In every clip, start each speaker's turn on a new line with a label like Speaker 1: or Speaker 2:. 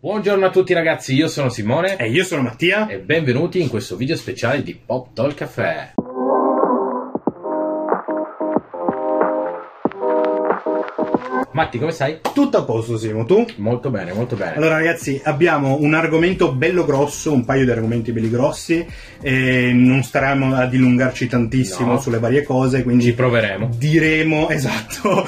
Speaker 1: Buongiorno a tutti ragazzi, io sono Simone
Speaker 2: E Eh, io sono Mattia.
Speaker 1: e benvenuti in questo video speciale di Pop Talk Caffè. Matti, come stai?
Speaker 2: Tutto a posto, Simo, tu?
Speaker 1: Molto bene, molto bene.
Speaker 2: Allora, ragazzi, abbiamo un argomento bello grosso, un paio di argomenti belli grossi. E non staremo a dilungarci tantissimo
Speaker 1: No.
Speaker 2: sulle varie cose,
Speaker 1: Ci
Speaker 2: quindi
Speaker 1: proveremo.
Speaker 2: diremo esatto,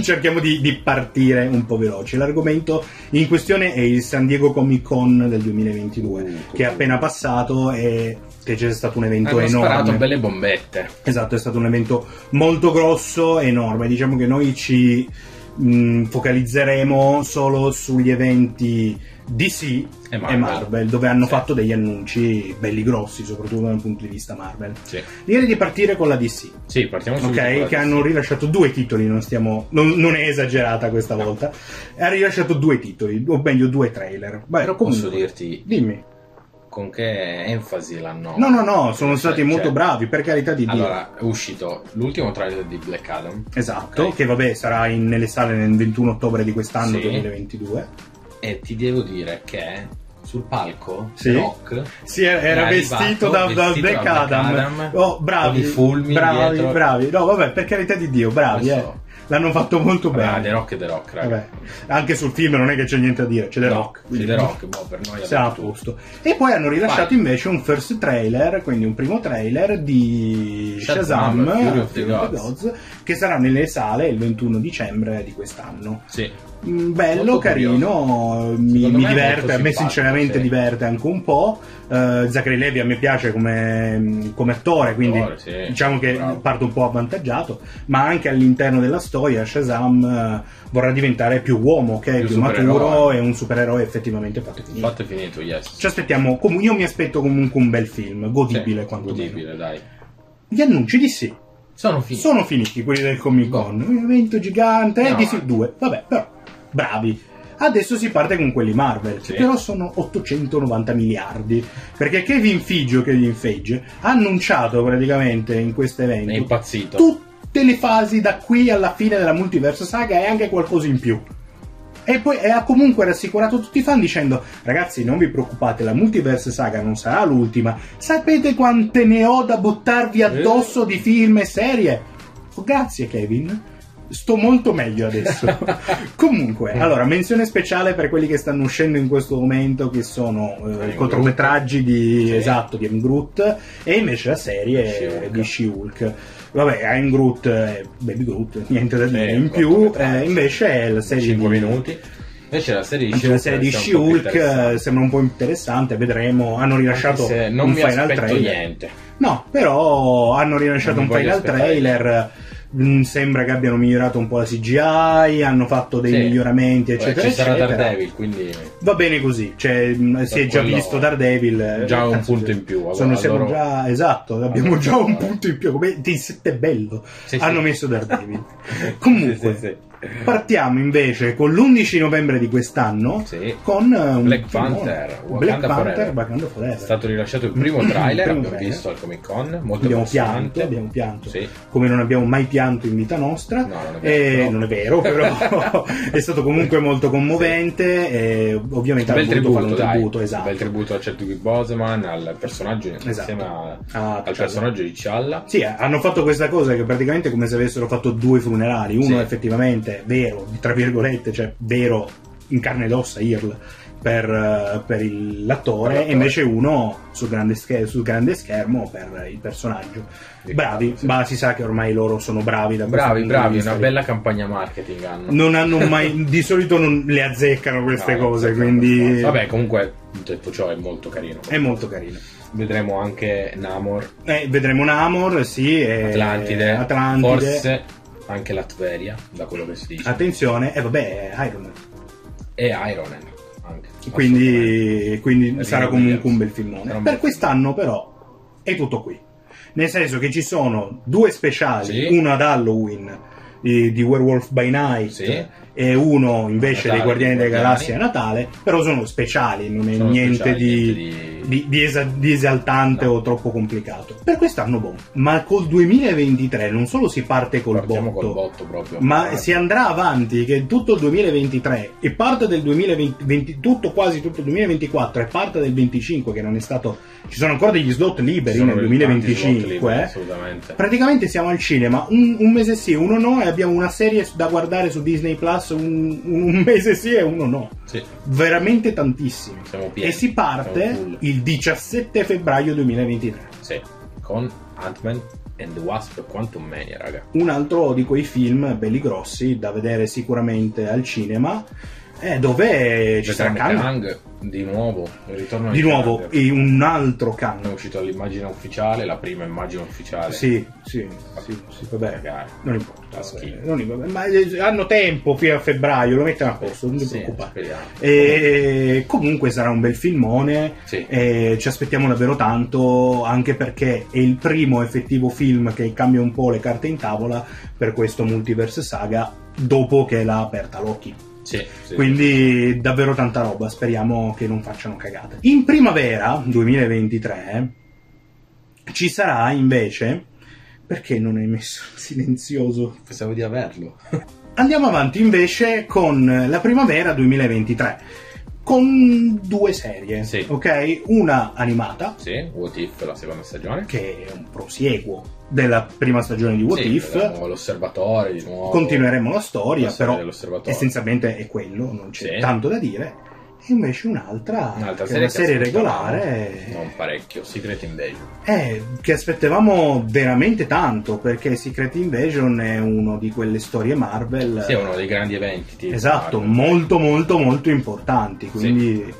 Speaker 2: cerchiamo di, di partire un po' veloci. L'argomento in questione è il San Diego Comic Con del 2022,
Speaker 1: Uh,
Speaker 2: che è appena passato e che c'è stato un evento
Speaker 1: Hanno
Speaker 2: enorme.
Speaker 1: sparato belle bombette.
Speaker 2: Esatto, è stato un evento molto grosso, enorme. Diciamo che noi ci mh, focalizzeremo solo sugli eventi DC
Speaker 1: E
Speaker 2: e
Speaker 1: Marvel.
Speaker 2: Marvel, dove hanno
Speaker 1: Sì.
Speaker 2: fatto degli annunci belli grossi, soprattutto dal punto di vista Marvel.
Speaker 1: Sì,
Speaker 2: Direi di partire con la DC,
Speaker 1: Sì, partiamo subito. con la
Speaker 2: ok? Che hanno rilasciato due titoli, non, stiamo, non, non è esagerata questa volta. Ha rilasciato due titoli, o meglio due trailer. Beh,
Speaker 1: Però posso
Speaker 2: comunque,
Speaker 1: dirti
Speaker 2: Dimmi.
Speaker 1: con che enfasi l'hanno.
Speaker 2: No, no, no, sono stati
Speaker 1: Cioè,
Speaker 2: molto
Speaker 1: cioè,
Speaker 2: bravi, per carità di Dio.
Speaker 1: Allora, è uscito l'ultimo trailer di Black Adam
Speaker 2: Esatto,
Speaker 1: Ok.
Speaker 2: che vabbè sarà in- nelle sale nel 21 ottobre di quest'anno
Speaker 1: Sì.
Speaker 2: 2022.
Speaker 1: e ti devo dire che sul palco
Speaker 2: Sì.
Speaker 1: Rock
Speaker 2: Sì, era era
Speaker 1: È arrivato,
Speaker 2: vestito da, da
Speaker 1: vestito
Speaker 2: Black
Speaker 1: da
Speaker 2: Adam.
Speaker 1: Black
Speaker 2: Oh, bravi,
Speaker 1: con i fulmini
Speaker 2: bravi,
Speaker 1: dietro.
Speaker 2: bravi. No, vabbè, per carità di Dio, bravi,
Speaker 1: Lo
Speaker 2: eh.
Speaker 1: so.
Speaker 2: L'hanno fatto molto
Speaker 1: Vabbè,
Speaker 2: bene.
Speaker 1: Ah, The Rock e The Rock, raga.
Speaker 2: Vabbè. Anche sul film non è che c'è niente da dire, c'è The
Speaker 1: No,
Speaker 2: Rock.
Speaker 1: c'è The Rock, boh, per noi
Speaker 2: Siamo a
Speaker 1: abbiamo tutto.
Speaker 2: posto. E poi hanno rilasciato
Speaker 1: Vai.
Speaker 2: invece un first trailer, quindi un primo trailer di
Speaker 1: Shazam,
Speaker 2: Shazam,
Speaker 1: Fury of the
Speaker 2: Fury of the
Speaker 1: Gods.
Speaker 2: Gods, che sarà nelle sale il 21 dicembre di quest'anno.
Speaker 1: Sì.
Speaker 2: Mm, Bello,
Speaker 1: Molto
Speaker 2: carino,
Speaker 1: Secondo
Speaker 2: mi, mi
Speaker 1: me è molto
Speaker 2: diverte, a me
Speaker 1: simpatico,
Speaker 2: sinceramente
Speaker 1: sì.
Speaker 2: diverte anche un po'. Eh, Zachary Levi a me piace come, come attore, quindi
Speaker 1: Attore, sì,
Speaker 2: diciamo che
Speaker 1: bravo.
Speaker 2: parto un po' avvantaggiato, ma anche all'interno della storia Shazam eh, vorrà diventare più uomo, che è
Speaker 1: Più
Speaker 2: più,
Speaker 1: supereroe.
Speaker 2: maturo e un supereroe effettivamente fatto finito.
Speaker 1: Fatto e finito, yes.
Speaker 2: Ci aspettiamo, com- io mi aspetto comunque un bel film, Cioè, godibile
Speaker 1: Sì,
Speaker 2: quantomeno.
Speaker 1: Godibile, dai.
Speaker 2: Gli annunci di sì,
Speaker 1: Sono finito.
Speaker 2: sono finiti quelli del Comic Con. Un evento gigante,
Speaker 1: No.
Speaker 2: eh, DC 2. Vabbè, però, bravi. Adesso si parte con quelli Marvel,
Speaker 1: Sì.
Speaker 2: però sono 890 miliardi. Perché Kevin Feige, o Kevin Feige ha annunciato praticamente in questo
Speaker 1: È
Speaker 2: evento
Speaker 1: impazzito.
Speaker 2: tutte le fasi da qui alla fine della multiverso saga e anche qualcosa in più. E poi e ha comunque rassicurato tutti i fan dicendo: Ragazzi, non vi preoccupate, la multiverse saga non sarà l'ultima. Sapete quante ne ho da
Speaker 1: Eh?
Speaker 2: buttarvi addosso di film e serie? Oh, grazie, Kevin. Sto molto meglio adesso. Comunque, allora, menzione speciale per quelli che stanno uscendo in questo momento, che sono eh,
Speaker 1: Groot.
Speaker 2: i cortometraggi di,
Speaker 1: Sì.
Speaker 2: esatto, di M. Groot e invece la serie
Speaker 1: She-Hulk.
Speaker 2: di She-Hulk. Vabbè, I'm Groot, eh, Baby Groot, niente da
Speaker 1: Sì,
Speaker 2: dire in
Speaker 1: un
Speaker 2: più.
Speaker 1: cortometraggio.
Speaker 2: eh, invece è la serie
Speaker 1: 5
Speaker 2: di...
Speaker 1: minuti. Invece la serie di
Speaker 2: Anche la serie di
Speaker 1: sembra un po' più
Speaker 2: She-Hulk eh,
Speaker 1: interessante.
Speaker 2: sembra un po' interessante, vedremo. Hanno rilasciato
Speaker 1: Anche se non
Speaker 2: un
Speaker 1: mi
Speaker 2: final
Speaker 1: aspetto
Speaker 2: trailer.
Speaker 1: niente.
Speaker 2: No, però hanno rilasciato
Speaker 1: Non
Speaker 2: un
Speaker 1: mi voglio
Speaker 2: final
Speaker 1: aspettare.
Speaker 2: trailer. mm, Sembra che abbiano migliorato un po' la CGI, hanno fatto dei
Speaker 1: Sì.
Speaker 2: miglioramenti,
Speaker 1: Poi
Speaker 2: eccetera,
Speaker 1: Ci sarà
Speaker 2: eccetera.
Speaker 1: Daredevil, quindi
Speaker 2: Va bene così, cioè, mh, si è già
Speaker 1: quello-
Speaker 2: visto Daredevil. eh,
Speaker 1: già un
Speaker 2: Cazzo,
Speaker 1: punto in più. Allora,
Speaker 2: Sono, siamo
Speaker 1: loro-
Speaker 2: già, esatto, abbiamo
Speaker 1: Allora,
Speaker 2: già un
Speaker 1: allora.
Speaker 2: punto in più. Come ti siete bello,
Speaker 1: Sì, sì.
Speaker 2: hanno messo Daredevil. Ah, Comunque,
Speaker 1: Sì, sì, sì.
Speaker 2: partiamo invece con l'11 novembre di quest'anno
Speaker 1: Sì.
Speaker 2: con eh, un
Speaker 1: Black
Speaker 2: filmone.
Speaker 1: Panther,
Speaker 2: Black
Speaker 1: Wakanda
Speaker 2: Panther,
Speaker 1: Forever.
Speaker 2: Wakanda Forever.
Speaker 1: È stato rilasciato il primo trailer,
Speaker 2: Primo
Speaker 1: abbiamo
Speaker 2: trailer.
Speaker 1: visto al Comic Con, molto
Speaker 2: Abbiamo
Speaker 1: emozionante.
Speaker 2: pianto, abbiamo pianto,
Speaker 1: Sì.
Speaker 2: come non abbiamo mai pianto in vita nostra.
Speaker 1: No, non è
Speaker 2: Eh,
Speaker 1: vero.
Speaker 2: non è vero, però è stato comunque molto commovente. E ovviamente
Speaker 1: Un
Speaker 2: hanno
Speaker 1: bel
Speaker 2: voluto
Speaker 1: tributo,
Speaker 2: fare un
Speaker 1: dai.
Speaker 2: tributo,
Speaker 1: Un bel
Speaker 2: esatto.
Speaker 1: tributo a Chadwick Boseman, al personaggio insieme a-
Speaker 2: Ah,
Speaker 1: al
Speaker 2: cioè,
Speaker 1: personaggio di Cialla.
Speaker 2: Sì, eh, hanno fatto questa cosa che praticamente è come se avessero fatto due funerali, uno
Speaker 1: Sì.
Speaker 2: effettivamente vero, tra virgolette, cioè vero in carne ed ossa, Earl, per, eh, per il-
Speaker 1: Per
Speaker 2: l'attore,
Speaker 1: l'attore.
Speaker 2: e invece uno sul grande, scher- sul grande schermo per il personaggio. Bravi,
Speaker 1: Sì.
Speaker 2: ma si sa che ormai loro sono bravi da questo
Speaker 1: bravi,
Speaker 2: punto di
Speaker 1: bravi,
Speaker 2: vista
Speaker 1: una
Speaker 2: lì.
Speaker 1: bella campagna marketing hanno.
Speaker 2: Non hanno mai, di solito non le azzeccano queste
Speaker 1: No,
Speaker 2: cose,
Speaker 1: no,
Speaker 2: quindi
Speaker 1: Vabbè, comunque, detto ciò, è molto carino.
Speaker 2: è molto carino.
Speaker 1: Vedremo anche Namor,
Speaker 2: Eh, vedremo Namor, sì, e-
Speaker 1: Atlantide,
Speaker 2: Atlantide. Ah.
Speaker 1: forse anche Latveria, da quello che si dice,
Speaker 2: Attenzione, e vabbè, è Iron Man.
Speaker 1: e Iron Man anche.
Speaker 2: Quindi, quindi sarà
Speaker 1: Robin
Speaker 2: comunque
Speaker 1: Williams.
Speaker 2: un bel
Speaker 1: Sarà
Speaker 2: filmone.
Speaker 1: un bel
Speaker 2: Per quest'anno, però, è tutto qui. Nel senso che ci sono due speciali,
Speaker 1: Sì.
Speaker 2: uno ad Halloween eh, di Werewolf by Night
Speaker 1: Sì.
Speaker 2: e uno invece
Speaker 1: Natale,
Speaker 2: dei Guardiani della
Speaker 1: Guardiani.
Speaker 2: Galassia a Natale, però sono speciali, non è
Speaker 1: Sono
Speaker 2: niente,
Speaker 1: speciali,
Speaker 2: di,
Speaker 1: niente
Speaker 2: di- di esa- di esaltante
Speaker 1: No.
Speaker 2: o troppo complicato. Per quest'anno, boh, ma col 2023 non solo si parte col
Speaker 1: Partiamo
Speaker 2: botto,
Speaker 1: col botto proprio.
Speaker 2: ma si andrà avanti che tutto il 2023 e parte del 2020, 20 tutto quasi tutto il 2024 e parte del 25 che non è stato ci sono ancora degli slot liberi
Speaker 1: Sono
Speaker 2: nel
Speaker 1: tanti slot
Speaker 2: 2025
Speaker 1: liberi,
Speaker 2: eh.
Speaker 1: assolutamente.
Speaker 2: praticamente siamo al cinema un, un mese sì uno no e abbiamo una serie da guardare su Disney Plus un, un mese sì e uno no
Speaker 1: Sì,
Speaker 2: veramente tantissimi
Speaker 1: siamo pieni.
Speaker 2: e si
Speaker 1: siamo
Speaker 2: parte
Speaker 1: full.
Speaker 2: il 17 febbraio 2023
Speaker 1: Sì, con Ant-Man and the Wasp e Quantum Mania, raga.
Speaker 2: un altro di quei film belli grossi da vedere sicuramente al cinema eh, dove ci sarà
Speaker 1: Vedremo
Speaker 2: Kang
Speaker 1: Kang di nuovo, il ritorno
Speaker 2: di
Speaker 1: di
Speaker 2: nuovo
Speaker 1: Kang.
Speaker 2: e un altro
Speaker 1: Non è
Speaker 2: Kang
Speaker 1: uscita l'immagine ufficiale, la prima immagine ufficiale.
Speaker 2: sì sì, sì, sì, vabbè
Speaker 1: Raga,
Speaker 2: non importa,
Speaker 1: Fa schifo.
Speaker 2: eh, non importa. ma eh, hanno tempo fino a febbraio lo mettono a posto non ti
Speaker 1: sì,
Speaker 2: preoccupare
Speaker 1: speriamo.
Speaker 2: e eh, comunque sarà un bel filmone
Speaker 1: Sì.
Speaker 2: e ci aspettiamo davvero tanto anche perché è il primo effettivo film che cambia un po' le carte in tavola per questo multiverse saga dopo che l'ha aperta Loki
Speaker 1: Sì, sì.
Speaker 2: quindi davvero tanta roba speriamo che non facciano cagate in primavera 2023 ci sarà invece perché non hai messo il silenzioso
Speaker 1: Pensavo di averlo.
Speaker 2: Andiamo avanti invece con la primavera 2023, con due serie,
Speaker 1: Sì.
Speaker 2: ok? Una animata,
Speaker 1: Sì, What If, la seconda stagione.
Speaker 2: che è un prosieguo della prima stagione di What
Speaker 1: Sì,
Speaker 2: If,
Speaker 1: vedremo L'osservatore di nuovo.
Speaker 2: continueremo la storia,
Speaker 1: la storia
Speaker 2: però
Speaker 1: dell'osservatorio.
Speaker 2: essenzialmente è quello, non c'è
Speaker 1: Esatto. Sì.
Speaker 2: tanto da dire. E invece un'altra,
Speaker 1: Un'altra
Speaker 2: che è
Speaker 1: serie
Speaker 2: una
Speaker 1: che
Speaker 2: serie
Speaker 1: aspettavamo.
Speaker 2: regolare,
Speaker 1: Non parecchio, Secret Invasion.
Speaker 2: Eh, che aspettavamo veramente tanto, perché Secret Invasion è una di quelle storie Marvel.
Speaker 1: Sì, è uno dei grandi eventi. tipo
Speaker 2: Esatto,
Speaker 1: Marvel.
Speaker 2: molto molto molto importanti, quindi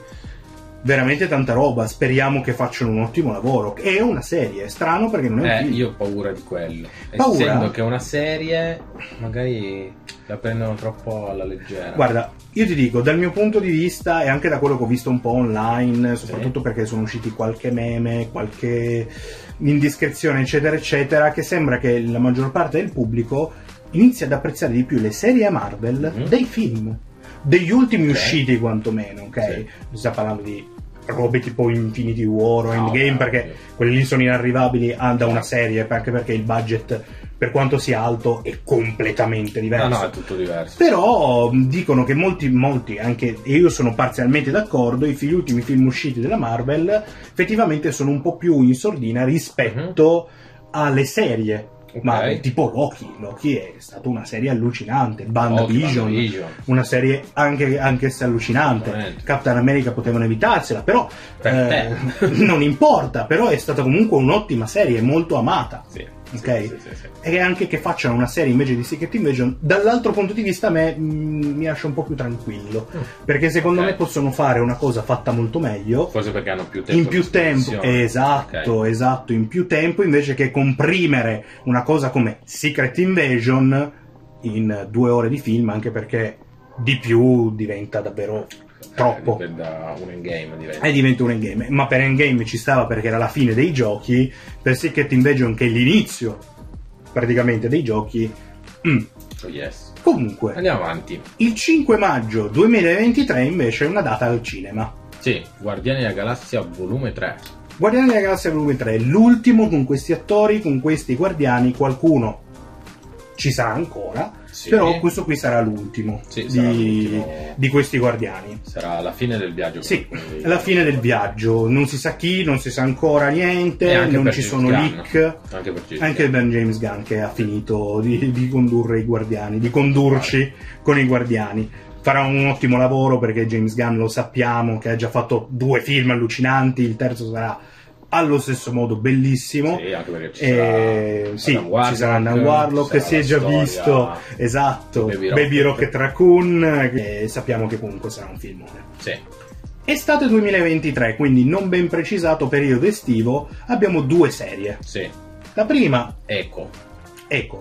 Speaker 2: veramente tanta roba, speriamo che facciano un ottimo lavoro. È una serie, è strano perché non è un
Speaker 1: Eh,
Speaker 2: film.
Speaker 1: io ho paura di quello.
Speaker 2: Paura?
Speaker 1: Essendo che è una serie, magari la prendono troppo alla leggera.
Speaker 2: Guarda, io ti dico, dal mio punto di vista e anche da quello che ho visto un po' online, soprattutto perché sono usciti qualche meme, qualche indiscrezione, eccetera, eccetera, che sembra che la maggior parte del pubblico inizi ad apprezzare di più le serie Marvel
Speaker 1: Mhm.
Speaker 2: dei film, degli ultimi
Speaker 1: Ok.
Speaker 2: usciti quantomeno, ok?
Speaker 1: Sì.
Speaker 2: Si sta parlando di robe tipo Infinity War o
Speaker 1: Ah,
Speaker 2: Endgame,
Speaker 1: ok,
Speaker 2: perché
Speaker 1: ok.
Speaker 2: quelli lì sono inarrivabili ah, da una serie, anche perché il budget, per quanto sia alto, è completamente diverso.
Speaker 1: No, no, è tutto diverso.
Speaker 2: Però mh, dicono che molti, molti, anche e io sono parzialmente d'accordo, i fi- gli ultimi film usciti della Marvel effettivamente sono un po' più in sordina rispetto alle serie.
Speaker 1: Mhm. Ok.
Speaker 2: Marvel, tipo Loki, Loki è stata una serie allucinante,
Speaker 1: Occhio,
Speaker 2: WandaVision,
Speaker 1: WandaVision.
Speaker 2: una serie anche, anch'essa allucinante.
Speaker 1: Veramente.
Speaker 2: Captain America potevano evitarsela, però
Speaker 1: Per
Speaker 2: Eh,
Speaker 1: te.
Speaker 2: non importa, però è stata comunque un'ottima serie, molto amata.
Speaker 1: Sì.
Speaker 2: Ok.
Speaker 1: Sì, sì, sì, sì.
Speaker 2: E anche che facciano una serie invece di Secret Invasion, dall'altro punto di vista a me mm, mi lascia un po' più tranquillo. Perché secondo
Speaker 1: Ok.
Speaker 2: me possono fare una cosa fatta molto meglio.
Speaker 1: Forse perché hanno più tempo.
Speaker 2: In
Speaker 1: a
Speaker 2: più tempo,
Speaker 1: disposizione.
Speaker 2: esatto,
Speaker 1: Ok.
Speaker 2: esatto, in più tempo invece che comprimere una cosa come Secret Invasion in due ore di film, anche perché di più diventa davvero troppo. Eh.
Speaker 1: Eh, da un endgame diventa.
Speaker 2: e diventa un endgame. Ma per endgame ci stava perché era la fine dei giochi, per Secret Invasion che è l'inizio praticamente dei giochi. mm.
Speaker 1: Oh, yes.
Speaker 2: Comunque,
Speaker 1: Andiamo avanti.
Speaker 2: il 5 maggio 2023 invece è una data al cinema.
Speaker 1: Sì, Guardiani della Galassia volume 3.
Speaker 2: Guardiani della Galassia volume 3, l'ultimo con questi attori, con questi guardiani, qualcuno ci sarà ancora,
Speaker 1: Sì.
Speaker 2: però questo qui sarà l'ultimo,
Speaker 1: Sì,
Speaker 2: di,
Speaker 1: sarà l'ultimo.
Speaker 2: di questi guardiani.
Speaker 1: Sarà la fine del viaggio.
Speaker 2: Sì,
Speaker 1: quindi-
Speaker 2: è la fine del viaggio, non si sa chi, non si sa ancora
Speaker 1: E
Speaker 2: niente,
Speaker 1: anche
Speaker 2: non
Speaker 1: per
Speaker 2: ci
Speaker 1: James
Speaker 2: sono
Speaker 1: Gunn.
Speaker 2: leak.
Speaker 1: Anche per James
Speaker 2: Anche
Speaker 1: Gunn.
Speaker 2: Ben James Gunn che ha finito di, di condurre i guardiani, di condurci con i guardiani. Farà un ottimo lavoro perché James Gunn lo sappiamo che ha già fatto due film allucinanti, il terzo sarà allo stesso modo bellissimo.
Speaker 1: Sì, anche perché ci sarà
Speaker 2: Eh,
Speaker 1: Adam
Speaker 2: sì, ci
Speaker 1: Warlock,
Speaker 2: sarà Anna
Speaker 1: ci
Speaker 2: Warlock,
Speaker 1: sarà
Speaker 2: si è
Speaker 1: la
Speaker 2: già
Speaker 1: storia-
Speaker 2: visto, esatto,
Speaker 1: Baby
Speaker 2: Baby
Speaker 1: Rocket.
Speaker 2: Rocket, Raccoon, che sappiamo che comunque sarà un filmone.
Speaker 1: Sì,
Speaker 2: Estate 2023, quindi non ben precisato periodo estivo, abbiamo due serie.
Speaker 1: sì.
Speaker 2: La prima
Speaker 1: Ecco.
Speaker 2: Eco.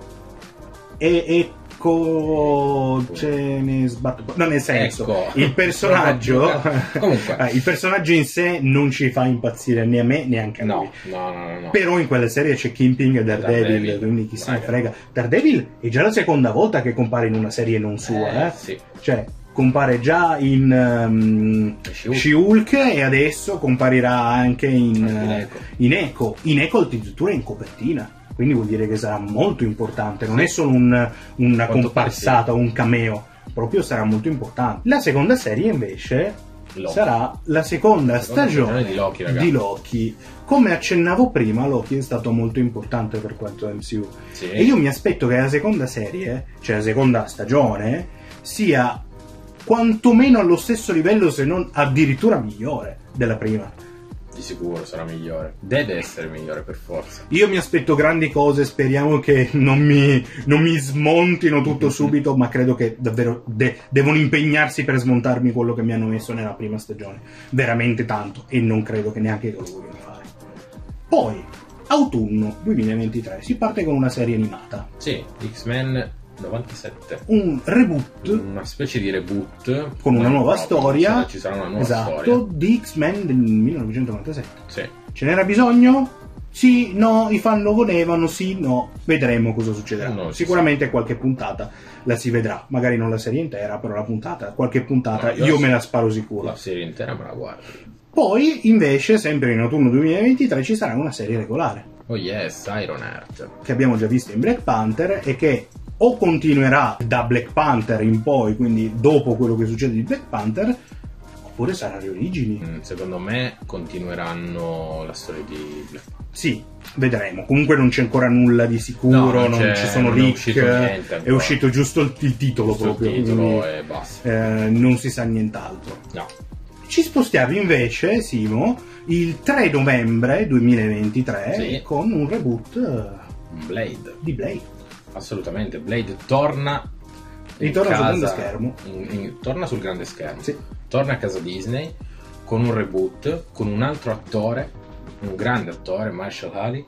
Speaker 2: E, e Marco ce ne sbatto. No, nel senso,
Speaker 1: Ecco.
Speaker 2: il personaggio.
Speaker 1: Comunque.
Speaker 2: Ah, il personaggio in sé non ci fa impazzire né a me neanche a lui.
Speaker 1: No, no, no, no. no.
Speaker 2: Però in quelle serie c'è Kimping e Daredevil,
Speaker 1: Daredevil.
Speaker 2: quindi chi se ne
Speaker 1: Raga.
Speaker 2: frega. Daredevil è già la seconda volta che compare in una serie non
Speaker 1: Eh,
Speaker 2: sua, eh.
Speaker 1: Sì.
Speaker 2: Cioè, compare già in ehm,
Speaker 1: She-Hulk.
Speaker 2: She-Hulk e adesso comparirà anche in,
Speaker 1: In
Speaker 2: eh,
Speaker 1: Echo.
Speaker 2: in Echo. In Echo addirittura è in copertina. Quindi vuol dire che sarà molto importante, non è solo un- una
Speaker 1: Quanto
Speaker 2: comparsata, un cameo, proprio sarà molto importante. La seconda serie invece
Speaker 1: Loki.
Speaker 2: sarà la seconda,
Speaker 1: La seconda
Speaker 2: stagione,
Speaker 1: stagione di Loki, ragazzi.
Speaker 2: di Loki. Come accennavo prima, Loki è stato molto importante per quanto MCU.
Speaker 1: Sì.
Speaker 2: E io mi aspetto che la seconda serie, cioè la seconda stagione, sia quantomeno allo stesso livello, se non addirittura migliore della prima.
Speaker 1: Di sicuro sarà migliore. Deve essere migliore per forza.
Speaker 2: Io mi aspetto grandi cose, speriamo che non mi, non mi smontino tutto subito, ma credo che davvero de- devono impegnarsi per smontarmi quello che mi hanno messo nella prima stagione. Veramente tanto, e non credo che neanche lo vogliano fare. Poi, autunno 2023, si parte con una serie animata,
Speaker 1: Sì, X-Men 97.
Speaker 2: un reboot.
Speaker 1: Una specie di reboot.
Speaker 2: con una
Speaker 1: Non
Speaker 2: nuova
Speaker 1: proprio,
Speaker 2: storia.
Speaker 1: sarà- Ci sarà una nuova
Speaker 2: esatto,
Speaker 1: storia.
Speaker 2: di X-Men del 1997.
Speaker 1: Sì.
Speaker 2: Ce n'era bisogno? Sì, no, i fan lo volevano, sì, no, vedremo cosa succederà.
Speaker 1: Eh, No, sì,
Speaker 2: Sicuramente qualche puntata la si vedrà, magari non la serie intera, però la puntata, qualche puntata
Speaker 1: No, Ah, io
Speaker 2: io
Speaker 1: sì.
Speaker 2: me la sparo sicura.
Speaker 1: La serie intera me la guardo.
Speaker 2: Poi, invece, sempre in autunno 2023 ci sarà una serie regolare,
Speaker 1: Oh yes, Iron Heart.
Speaker 2: che abbiamo già visto in Black Panther e che o continuerà da Black Panther in poi, quindi dopo quello che succede di Black Panther, oppure sarà Riorigini.
Speaker 1: Mm, Secondo me continueranno la storia di Black Panther.
Speaker 2: Sì, vedremo. Comunque non c'è ancora nulla di sicuro,
Speaker 1: No, non
Speaker 2: non,
Speaker 1: c'è-
Speaker 2: ci sono
Speaker 1: non è
Speaker 2: leak.
Speaker 1: uscito niente
Speaker 2: È
Speaker 1: ancora.
Speaker 2: uscito giusto il, il titolo
Speaker 1: Giusto
Speaker 2: proprio.
Speaker 1: il titolo
Speaker 2: quindi,
Speaker 1: e basta.
Speaker 2: eh, non si sa nient'altro.
Speaker 1: No.
Speaker 2: Ci spostiamo invece, Simo, il 3 novembre 2023
Speaker 1: Sì.
Speaker 2: con un reboot eh,
Speaker 1: Blade.
Speaker 2: di Blade.
Speaker 1: Assolutamente, Blade torna in
Speaker 2: Ritorna sul
Speaker 1: casa-
Speaker 2: grande schermo.
Speaker 1: in- in- torna sul grande schermo.
Speaker 2: Sì.
Speaker 1: Torna a casa Disney con un reboot, con un altro attore, un grande attore, Marshall Ali,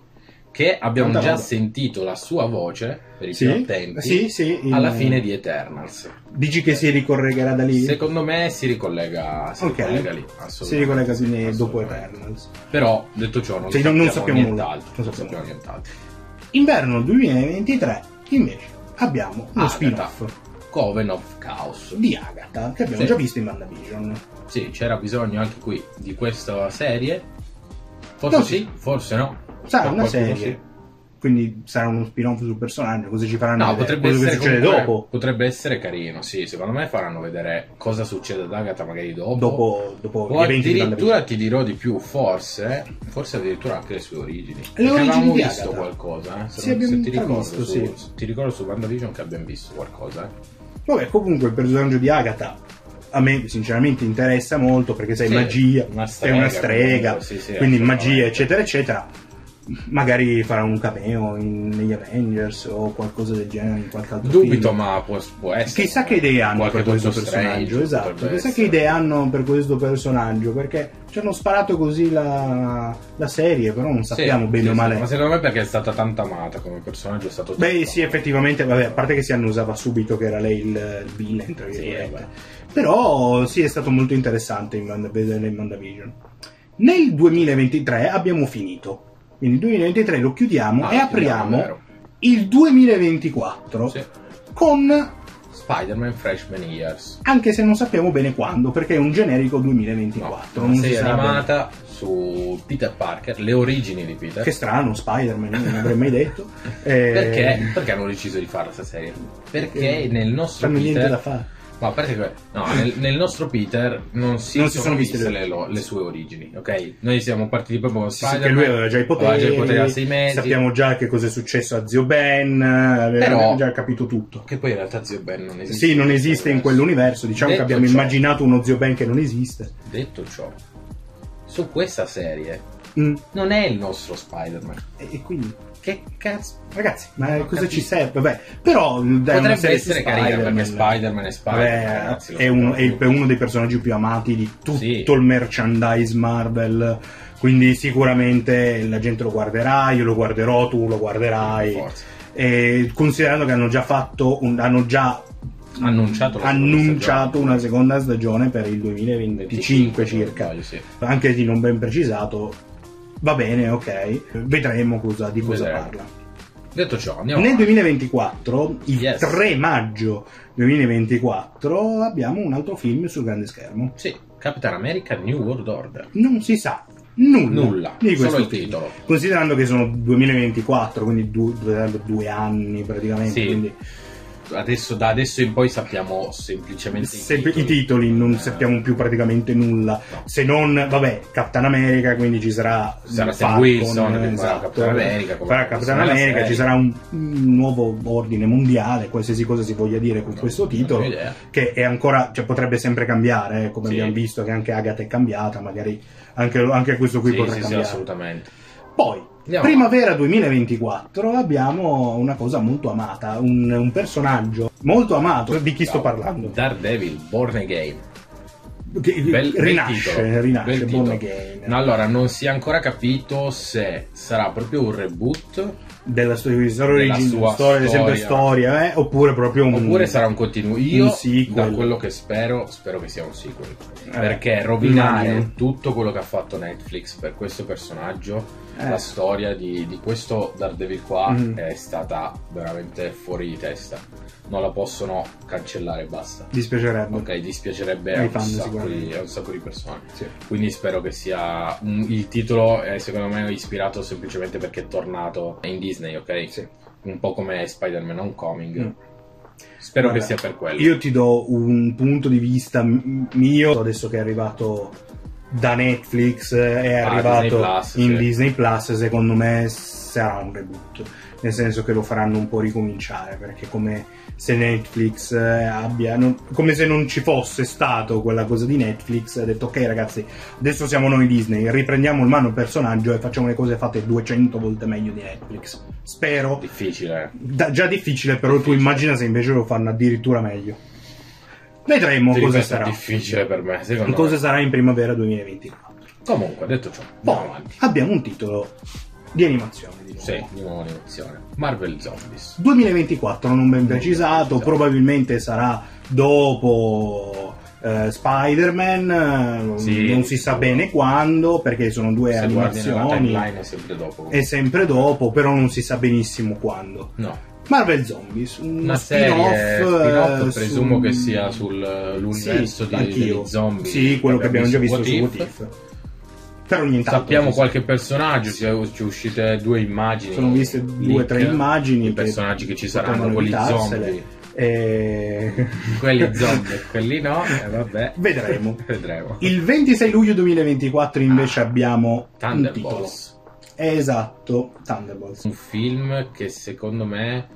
Speaker 1: che abbiamo
Speaker 2: Tanta
Speaker 1: già
Speaker 2: roba.
Speaker 1: sentito la sua voce per i più
Speaker 2: Sì,
Speaker 1: attenti
Speaker 2: sì, sì, in-
Speaker 1: alla fine di Eternals.
Speaker 2: Dici che si ricorregherà da lì?
Speaker 1: Secondo me si ricollega, si
Speaker 2: Ok.
Speaker 1: ricollega lì,
Speaker 2: si
Speaker 1: assolutamente.
Speaker 2: ricollega fino dopo
Speaker 1: Assolutamente.
Speaker 2: Eternals.
Speaker 1: Però detto ciò non,
Speaker 2: Sì, non- non sappiamo nulla.
Speaker 1: nient'altro,
Speaker 2: Non
Speaker 1: non
Speaker 2: sappiamo
Speaker 1: sappiamo nient'altro.
Speaker 2: Inverno 2023 invece abbiamo uno
Speaker 1: Agatha.
Speaker 2: spin-off
Speaker 1: Coven of Chaos.
Speaker 2: di Agatha che abbiamo
Speaker 1: Sì.
Speaker 2: già visto in WandaVision.
Speaker 1: Sì, c'era bisogno anche qui di questa serie. Forse
Speaker 2: No, sì.
Speaker 1: sì, forse no.
Speaker 2: Sarà
Speaker 1: Per
Speaker 2: una
Speaker 1: Ah, qualcuno
Speaker 2: serie.
Speaker 1: sì.
Speaker 2: Quindi sarà uno spin-off sul personaggio, così ci faranno
Speaker 1: No,
Speaker 2: vedere
Speaker 1: potrebbe
Speaker 2: quello che
Speaker 1: essere,
Speaker 2: succede
Speaker 1: comunque-
Speaker 2: dopo.
Speaker 1: potrebbe essere carino, sì. Secondo me faranno vedere cosa succede ad Agatha magari dopo.
Speaker 2: Dopo, dopo
Speaker 1: O
Speaker 2: gli eventi di WandaVision.
Speaker 1: addirittura ti dirò di più, forse, forse addirittura anche le sue origini. Perché
Speaker 2: origini
Speaker 1: avevamo
Speaker 2: di
Speaker 1: visto
Speaker 2: Agatha.
Speaker 1: qualcosa, eh? se,
Speaker 2: Sì,
Speaker 1: non- se
Speaker 2: abbiamo
Speaker 1: ti ricordo,
Speaker 2: intravisto,
Speaker 1: su,
Speaker 2: sì.
Speaker 1: se ti ricordo su WandaVision che abbiamo visto qualcosa. eh.
Speaker 2: Vabbè, comunque il personaggio di Agatha a me sinceramente interessa molto perché sai
Speaker 1: Sì,
Speaker 2: magia, è una strega,
Speaker 1: comunque, sì, sì,
Speaker 2: quindi magia,
Speaker 1: assolutamente.
Speaker 2: eccetera, eccetera. Magari farà un cameo in- negli Avengers o qualcosa del genere, in qualche altro
Speaker 1: Dubito,
Speaker 2: film.
Speaker 1: ma può, può essere.
Speaker 2: Chissà che idee hanno
Speaker 1: Eh Qualche
Speaker 2: per questo
Speaker 1: Doctor
Speaker 2: personaggio,
Speaker 1: Strange
Speaker 2: esatto.
Speaker 1: potrebbe
Speaker 2: Chissà che
Speaker 1: essere.
Speaker 2: idee hanno per questo personaggio, perché ci hanno sparato così la, la serie, però non
Speaker 1: Sì,
Speaker 2: sappiamo bene
Speaker 1: sì,
Speaker 2: o
Speaker 1: sì,
Speaker 2: male.
Speaker 1: Ma secondo me perché è stata tanto amata come personaggio, è stato tanto
Speaker 2: Beh, sì,
Speaker 1: amato.
Speaker 2: effettivamente, vabbè, a parte che si annusava subito che era lei il, il villain, tra
Speaker 1: Sì, eh,
Speaker 2: virgolette.
Speaker 1: vabbè.
Speaker 2: Però sì, è stato molto interessante in Wanda- vedere in WandaVision. Nel 2023 abbiamo finito. Quindi il 2023 lo chiudiamo
Speaker 1: Ah, chiudiamo,
Speaker 2: e apriamo
Speaker 1: vero.
Speaker 2: il 2024
Speaker 1: Sì.
Speaker 2: con
Speaker 1: Spider-Man Freshman Years.
Speaker 2: anche se non sappiamo bene quando, perché è un generico 2024.
Speaker 1: No,
Speaker 2: non
Speaker 1: una
Speaker 2: si
Speaker 1: serie
Speaker 2: sa bene.
Speaker 1: animata su Peter Parker, le origini di Peter.
Speaker 2: Che strano, Spider-Man, non avrei mai detto. Eh,
Speaker 1: eh. Perché? Perché hanno deciso di fare questa serie? Perché
Speaker 2: Eh,
Speaker 1: nel nostro
Speaker 2: Hanno niente da
Speaker 1: Peter,
Speaker 2: fare.
Speaker 1: no, a parte que- no, nel, nel nostro Peter non si,
Speaker 2: Non si sono viste le-
Speaker 1: le, lo- le sue origini, ok? Noi siamo partiti proprio con
Speaker 2: Sì, sì,
Speaker 1: Spider-Man.
Speaker 2: che lui aveva già i poteri,
Speaker 1: aveva già i poteri da sei mesi.
Speaker 2: sappiamo già che cosa è successo a zio Ben, abbiamo
Speaker 1: Però-
Speaker 2: già capito tutto.
Speaker 1: Che poi in realtà Zio Ben non esiste.
Speaker 2: Sì, non esiste in quell'universo, diciamo
Speaker 1: Detto
Speaker 2: che abbiamo
Speaker 1: ciò-
Speaker 2: immaginato uno zio Ben che non esiste.
Speaker 1: Detto ciò, su questa serie
Speaker 2: Mm.
Speaker 1: non è il nostro Spider-Man.
Speaker 2: E, e quindi,
Speaker 1: Che cazzo?
Speaker 2: ragazzi, ma
Speaker 1: Non ho
Speaker 2: cosa
Speaker 1: capito.
Speaker 2: ci serve? Beh, però eh, dai, una
Speaker 1: Potrebbe
Speaker 2: serie su
Speaker 1: essere carina perché
Speaker 2: Spider-Man.
Speaker 1: Spider-Man è
Speaker 2: Vabbè,
Speaker 1: Spider-Man. ragazzi, lo
Speaker 2: è, un- è il- è
Speaker 1: sappiamo.
Speaker 2: uno dei personaggi più amati di tutto
Speaker 1: Sì.
Speaker 2: il merchandise Marvel. Quindi sicuramente la gente lo guarderà, io lo guarderò, tu lo guarderai.
Speaker 1: Forza.
Speaker 2: eh, considerando che hanno già fatto un- hanno già
Speaker 1: Annunciato la seconda
Speaker 2: annunciato
Speaker 1: stagione.
Speaker 2: una seconda stagione per il 2025 circa
Speaker 1: voglio, sì.
Speaker 2: anche di non ben precisato va bene ok vedremo cosa- di cosa
Speaker 1: Vedremo.
Speaker 2: parla
Speaker 1: Detto ciò, andiamo
Speaker 2: nel
Speaker 1: avanti.
Speaker 2: 2024 il
Speaker 1: Yes.
Speaker 2: 3 maggio 2024 abbiamo un altro film sul grande schermo
Speaker 1: Sì, Capitan America New World Order.
Speaker 2: non si sa nulla,
Speaker 1: Nulla,
Speaker 2: di questo
Speaker 1: solo il
Speaker 2: film.
Speaker 1: titolo.
Speaker 2: considerando che sono 2024 quindi due, due- due anni praticamente
Speaker 1: Sì,
Speaker 2: quindi
Speaker 1: Adesso, da adesso in poi sappiamo semplicemente
Speaker 2: se- i titoli non
Speaker 1: Eh,
Speaker 2: sappiamo più praticamente nulla
Speaker 1: no.
Speaker 2: se non vabbè Captain America quindi ci sarà
Speaker 1: Sarà
Speaker 2: il
Speaker 1: Sam
Speaker 2: Falcon,
Speaker 1: Wilson che farà
Speaker 2: esatto.
Speaker 1: Capitan America. come
Speaker 2: farà
Speaker 1: abbiamo visto
Speaker 2: Capitan
Speaker 1: nella
Speaker 2: America
Speaker 1: serie.
Speaker 2: ci sarà un, un nuovo ordine mondiale qualsiasi cosa si voglia dire con
Speaker 1: No,
Speaker 2: questo
Speaker 1: non ho
Speaker 2: titolo
Speaker 1: idea.
Speaker 2: che è ancora cioè, potrebbe sempre cambiare eh, come
Speaker 1: Sì.
Speaker 2: abbiamo visto che anche Agatha è cambiata magari anche, anche questo qui
Speaker 1: Sì,
Speaker 2: potrà
Speaker 1: sì, sì,
Speaker 2: cambiare
Speaker 1: assolutamente.
Speaker 2: poi
Speaker 1: Andiamo
Speaker 2: Primavera 2024 abbiamo una cosa molto amata, un, un personaggio molto amato. Di chi sto parlando?
Speaker 1: Daredevil, Born Again.
Speaker 2: Che-
Speaker 1: Bel- bel
Speaker 2: rinasce,
Speaker 1: titolo,
Speaker 2: rinasce,
Speaker 1: bel
Speaker 2: Born
Speaker 1: titolo.
Speaker 2: Again.
Speaker 1: No, allora, non si è ancora capito se sarà proprio un reboot
Speaker 2: Della sua storia
Speaker 1: Della
Speaker 2: origine-
Speaker 1: sua
Speaker 2: storia, sempre
Speaker 1: storia.
Speaker 2: storia, eh? oppure proprio un...
Speaker 1: oppure sarà un continuo. Io,
Speaker 2: un
Speaker 1: da
Speaker 2: sequel.
Speaker 1: quello che spero, spero che sia un sequel.
Speaker 2: Eh,
Speaker 1: perché rovinare
Speaker 2: immagino.
Speaker 1: tutto quello che ha fatto Netflix per questo personaggio,
Speaker 2: Eh.
Speaker 1: la storia di, di questo Daredevil qua
Speaker 2: Mm.
Speaker 1: è stata veramente fuori di testa. Non la possono cancellare e basta.
Speaker 2: Dispiacerebbe.
Speaker 1: Ok, dispiacerebbe a
Speaker 2: Ai
Speaker 1: un,
Speaker 2: fan,
Speaker 1: sacco di,
Speaker 2: sicuramente.
Speaker 1: a un sacco di persone.
Speaker 2: Sì.
Speaker 1: Quindi spero che sia. un- il titolo è secondo me ispirato semplicemente perché è tornato in Disney, ok?
Speaker 2: Sì.
Speaker 1: Un po' come Spider-Man Homecoming.
Speaker 2: Mm.
Speaker 1: Spero
Speaker 2: Guarda,
Speaker 1: che sia per quello.
Speaker 2: Io ti do un punto di vista m- mio, adesso che è arrivato da Netflix, eh, è
Speaker 1: Ah,
Speaker 2: arrivato
Speaker 1: Disney Plus,
Speaker 2: in
Speaker 1: sì.
Speaker 2: Disney Plus, secondo me sarà un reboot, nel senso che lo faranno un po' ricominciare, perché come se Netflix eh, abbia, non- come se non ci fosse stato quella cosa di Netflix, ha detto ok ragazzi, adesso siamo noi Disney, riprendiamo in mano il personaggio e facciamo le cose fatte 200 volte meglio di Netflix. Spero
Speaker 1: Difficile.
Speaker 2: da- già difficile, però tu
Speaker 1: Difficile.
Speaker 2: immagina se invece lo fanno addirittura meglio. Vedremo
Speaker 1: Ti
Speaker 2: cosa
Speaker 1: ripeto,
Speaker 2: sarà.
Speaker 1: difficile per me. Secondo
Speaker 2: Cosa
Speaker 1: me.
Speaker 2: sarà in primavera 2024.
Speaker 1: Comunque, detto ciò, andiamo
Speaker 2: Poi
Speaker 1: avanti.
Speaker 2: abbiamo un titolo di animazione di nuovo.
Speaker 1: Sì, di nuovo un'emozione. Marvel Zombies.
Speaker 2: 2024 non ben precisato,
Speaker 1: precisato.
Speaker 2: probabilmente sarà dopo eh, Spider-Man, eh,
Speaker 1: Sì,
Speaker 2: non si sa
Speaker 1: sicuro.
Speaker 2: bene quando perché sono due
Speaker 1: Se guardi nella
Speaker 2: animazioni
Speaker 1: timeline è sempre dopo.
Speaker 2: è sempre dopo, però non si sa benissimo quando.
Speaker 1: No,
Speaker 2: Marvel Zombies, uno
Speaker 1: una
Speaker 2: spin-off,
Speaker 1: serie
Speaker 2: eh,
Speaker 1: spin-off presumo
Speaker 2: su-
Speaker 1: che sia sull'universo
Speaker 2: Sì,
Speaker 1: di,
Speaker 2: anch'io.
Speaker 1: degli zombie.
Speaker 2: Sì, quello che abbiamo già visto su
Speaker 1: What
Speaker 2: What
Speaker 1: If.
Speaker 2: If. Però nient'altro.
Speaker 1: Sappiamo
Speaker 2: ci
Speaker 1: qualche personaggio, ci sono ci sono uscite due immagini.
Speaker 2: Sono viste due o
Speaker 1: leak,
Speaker 2: tre immagini.
Speaker 1: I
Speaker 2: che
Speaker 1: personaggi che ci saranno,
Speaker 2: potevano
Speaker 1: quelli
Speaker 2: evitarsele. Eh.
Speaker 1: zombie.
Speaker 2: E...
Speaker 1: Quelli zombie e quelli no, e vabbè.
Speaker 2: Vedremo.
Speaker 1: Vedremo.
Speaker 2: Il 26 luglio 2024 invece
Speaker 1: Ah,
Speaker 2: abbiamo un titolo.
Speaker 1: Thunderbolts,
Speaker 2: Esatto, Thunderbolts.
Speaker 1: un film che secondo me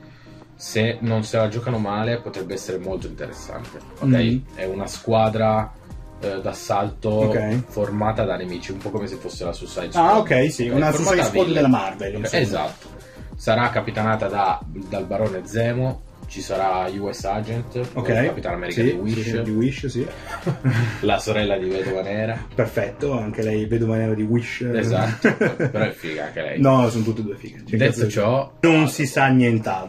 Speaker 1: se non se la giocano male potrebbe essere molto interessante. Ok,
Speaker 2: Mm.
Speaker 1: è una squadra eh, d'assalto
Speaker 2: Ok.
Speaker 1: formata da nemici, un po' come se fosse la Suicide Squad.
Speaker 2: Ah, ok, sì,
Speaker 1: È
Speaker 2: una
Speaker 1: formata
Speaker 2: Suicide
Speaker 1: da
Speaker 2: Squad
Speaker 1: villain.
Speaker 2: della Marvel.
Speaker 1: Ok,
Speaker 2: insomma.
Speaker 1: Esatto. Sarà capitanata da- dal barone Zemo, ci sarà US Agent,
Speaker 2: Ok.
Speaker 1: il Capitano America
Speaker 2: Sì,
Speaker 1: di Wish,
Speaker 2: sì, di Wish, sì.
Speaker 1: la sorella di Vedova Nera.
Speaker 2: Perfetto, anche lei vedo maniera di Wish.
Speaker 1: Esatto, però è figa anche lei.
Speaker 2: No, sono tutte e due fighe. Cioè,
Speaker 1: Detto
Speaker 2: cazzo,
Speaker 1: ciò,
Speaker 2: Non si sa nient'altro.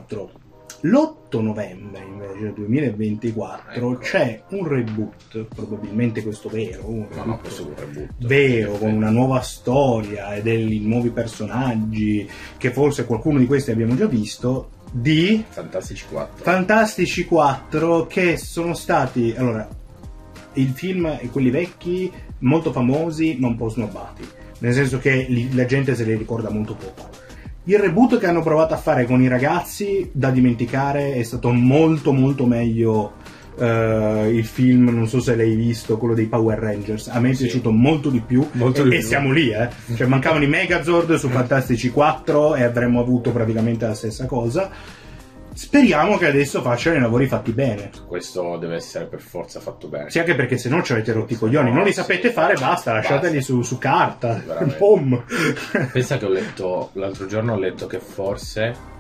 Speaker 2: L'8 novembre invece 2024
Speaker 1: Ecco.
Speaker 2: c'è un reboot, probabilmente questo vero, un
Speaker 1: Ma no,
Speaker 2: reboot
Speaker 1: questo è un reboot.
Speaker 2: vero con una nuova storia e dei nuovi personaggi che forse qualcuno di questi abbiamo già visto, di
Speaker 1: Fantastici 4.
Speaker 2: Fantastici 4 che sono stati, allora, il film e quelli vecchi molto famosi ma un po' snobbati, nel senso che li- la gente se li ricorda molto poco. Il reboot che hanno provato a fare con i ragazzi da dimenticare è stato molto molto meglio eh, il film, non so se l'hai visto, quello dei Power Rangers, a me è
Speaker 1: Sì.
Speaker 2: piaciuto molto di più
Speaker 1: Molto
Speaker 2: e,
Speaker 1: di
Speaker 2: e
Speaker 1: più.
Speaker 2: siamo lì, eh. Cioè, mancavano i Megazord su Fantastici 4 e avremmo avuto praticamente la stessa cosa. Speriamo che adesso facciano i lavori fatti bene.
Speaker 1: Questo deve essere per forza fatto bene.
Speaker 2: Sì, anche perché se no ci avete rotti i coglioni. Non li sapete fare, basta, lasciateli su, su carta.
Speaker 1: Veramente.
Speaker 2: Pom.
Speaker 1: Pensa che ho letto l'altro giorno ho letto che forse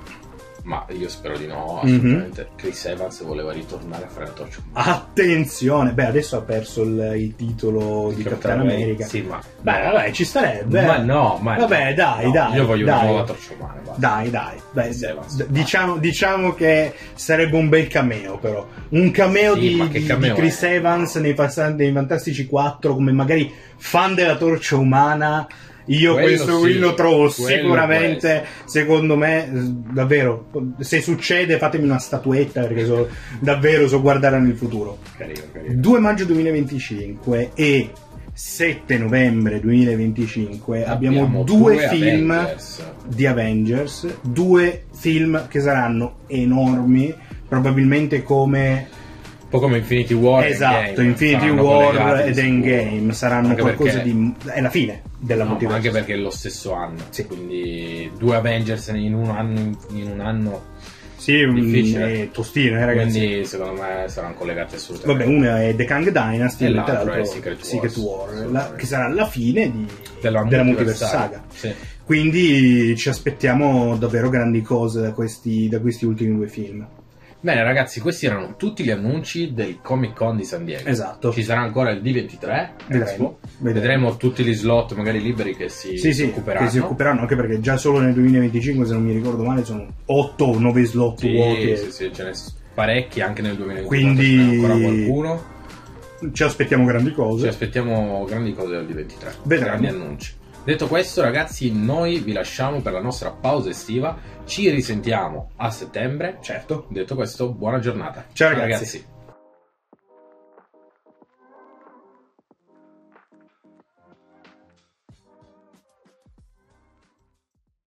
Speaker 1: ma io spero di no,
Speaker 2: Mhm.
Speaker 1: assolutamente. Chris Evans voleva ritornare a fare Torch.
Speaker 2: Ah, Attenzione, beh, adesso ha perso il, il titolo di Captain America.
Speaker 1: Sì, ma...
Speaker 2: Beh, vabbè, ci starebbe.
Speaker 1: Ma no, ma...
Speaker 2: Vabbè, dai,
Speaker 1: no,
Speaker 2: dai,
Speaker 1: Io voglio
Speaker 2: dai.
Speaker 1: una nuova Torch Umana, basta.
Speaker 2: Dai, dai, beh,
Speaker 1: Sì, va,
Speaker 2: d- diciamo, diciamo che sarebbe un bel cameo, però. Un cameo,
Speaker 1: Sì,
Speaker 2: di,
Speaker 1: ma che
Speaker 2: di-
Speaker 1: cameo
Speaker 2: di Chris
Speaker 1: è?
Speaker 2: Evans nei, fas- nei Fantastici 4, come magari fan della torcia umana. Io
Speaker 1: Quello
Speaker 2: questo qui
Speaker 1: sì,
Speaker 2: lo trovo
Speaker 1: quello
Speaker 2: sicuramente, secondo me, eh, davvero, se succede fatemi una statuetta perché so- davvero so guardare nel futuro.
Speaker 1: Carino, carino.
Speaker 2: 2 maggio 2025 e 7 novembre 2025 Eh, abbiamo, due, film
Speaker 1: Avengers.
Speaker 2: di Avengers, due film che saranno enormi, probabilmente come
Speaker 1: Un po' come Infinity War e
Speaker 2: esatto,
Speaker 1: Endgame,
Speaker 2: Infinity
Speaker 1: saranno
Speaker 2: War
Speaker 1: collegati
Speaker 2: ed
Speaker 1: di sicuro.
Speaker 2: Endgame saranno
Speaker 1: Anche
Speaker 2: qualcosa
Speaker 1: perché-
Speaker 2: di è la fine della
Speaker 1: No, ma
Speaker 2: multiverso.
Speaker 1: anche perché è lo stesso anno,
Speaker 2: Sì.
Speaker 1: quindi due Avengers in un anno, in un anno
Speaker 2: Sì, mm,
Speaker 1: difficile.
Speaker 2: è tostino, eh, ragazzi.
Speaker 1: quindi secondo me saranno collegati assolutamente.
Speaker 2: Vabbè, una è The Kang Dynasty
Speaker 1: E
Speaker 2: mentre
Speaker 1: l'altro è
Speaker 2: l'altro
Speaker 1: Secret Wars,
Speaker 2: War,
Speaker 1: assolutamente.
Speaker 2: la- che sarà la fine di-
Speaker 1: della,
Speaker 2: della
Speaker 1: multiverse
Speaker 2: multiverse saga.
Speaker 1: Sì.
Speaker 2: Quindi ci aspettiamo davvero grandi cose da questi, da questi ultimi due film.
Speaker 1: Bene ragazzi, questi erano tutti gli annunci del Comic Con di San Diego.
Speaker 2: Esatto.
Speaker 1: Ci sarà ancora il D23,
Speaker 2: Vedremo.
Speaker 1: Expo. Vedremo tutti gli slot magari liberi che si,
Speaker 2: sì,
Speaker 1: si
Speaker 2: sì,
Speaker 1: occuperanno.
Speaker 2: che si occuperanno anche perché già solo nel 2025, se non mi ricordo male, sono 8 o 9 slot vuoti.
Speaker 1: Sì, sì, sì, ce ne sono parecchi anche nel 2024.
Speaker 2: Quindi-
Speaker 1: ce n'è ancora qualcuno.
Speaker 2: Ci aspettiamo grandi
Speaker 1: Ci
Speaker 2: cose.
Speaker 1: aspettiamo grandi cose dal D23.
Speaker 2: Vedremo.
Speaker 1: Grandi annunci. Detto questo, ragazzi, noi vi lasciamo per la nostra pausa estiva. Ci risentiamo a settembre.
Speaker 2: Certo.
Speaker 1: Detto questo, buona giornata.
Speaker 2: Ciao, ragazzi.
Speaker 1: ragazzi.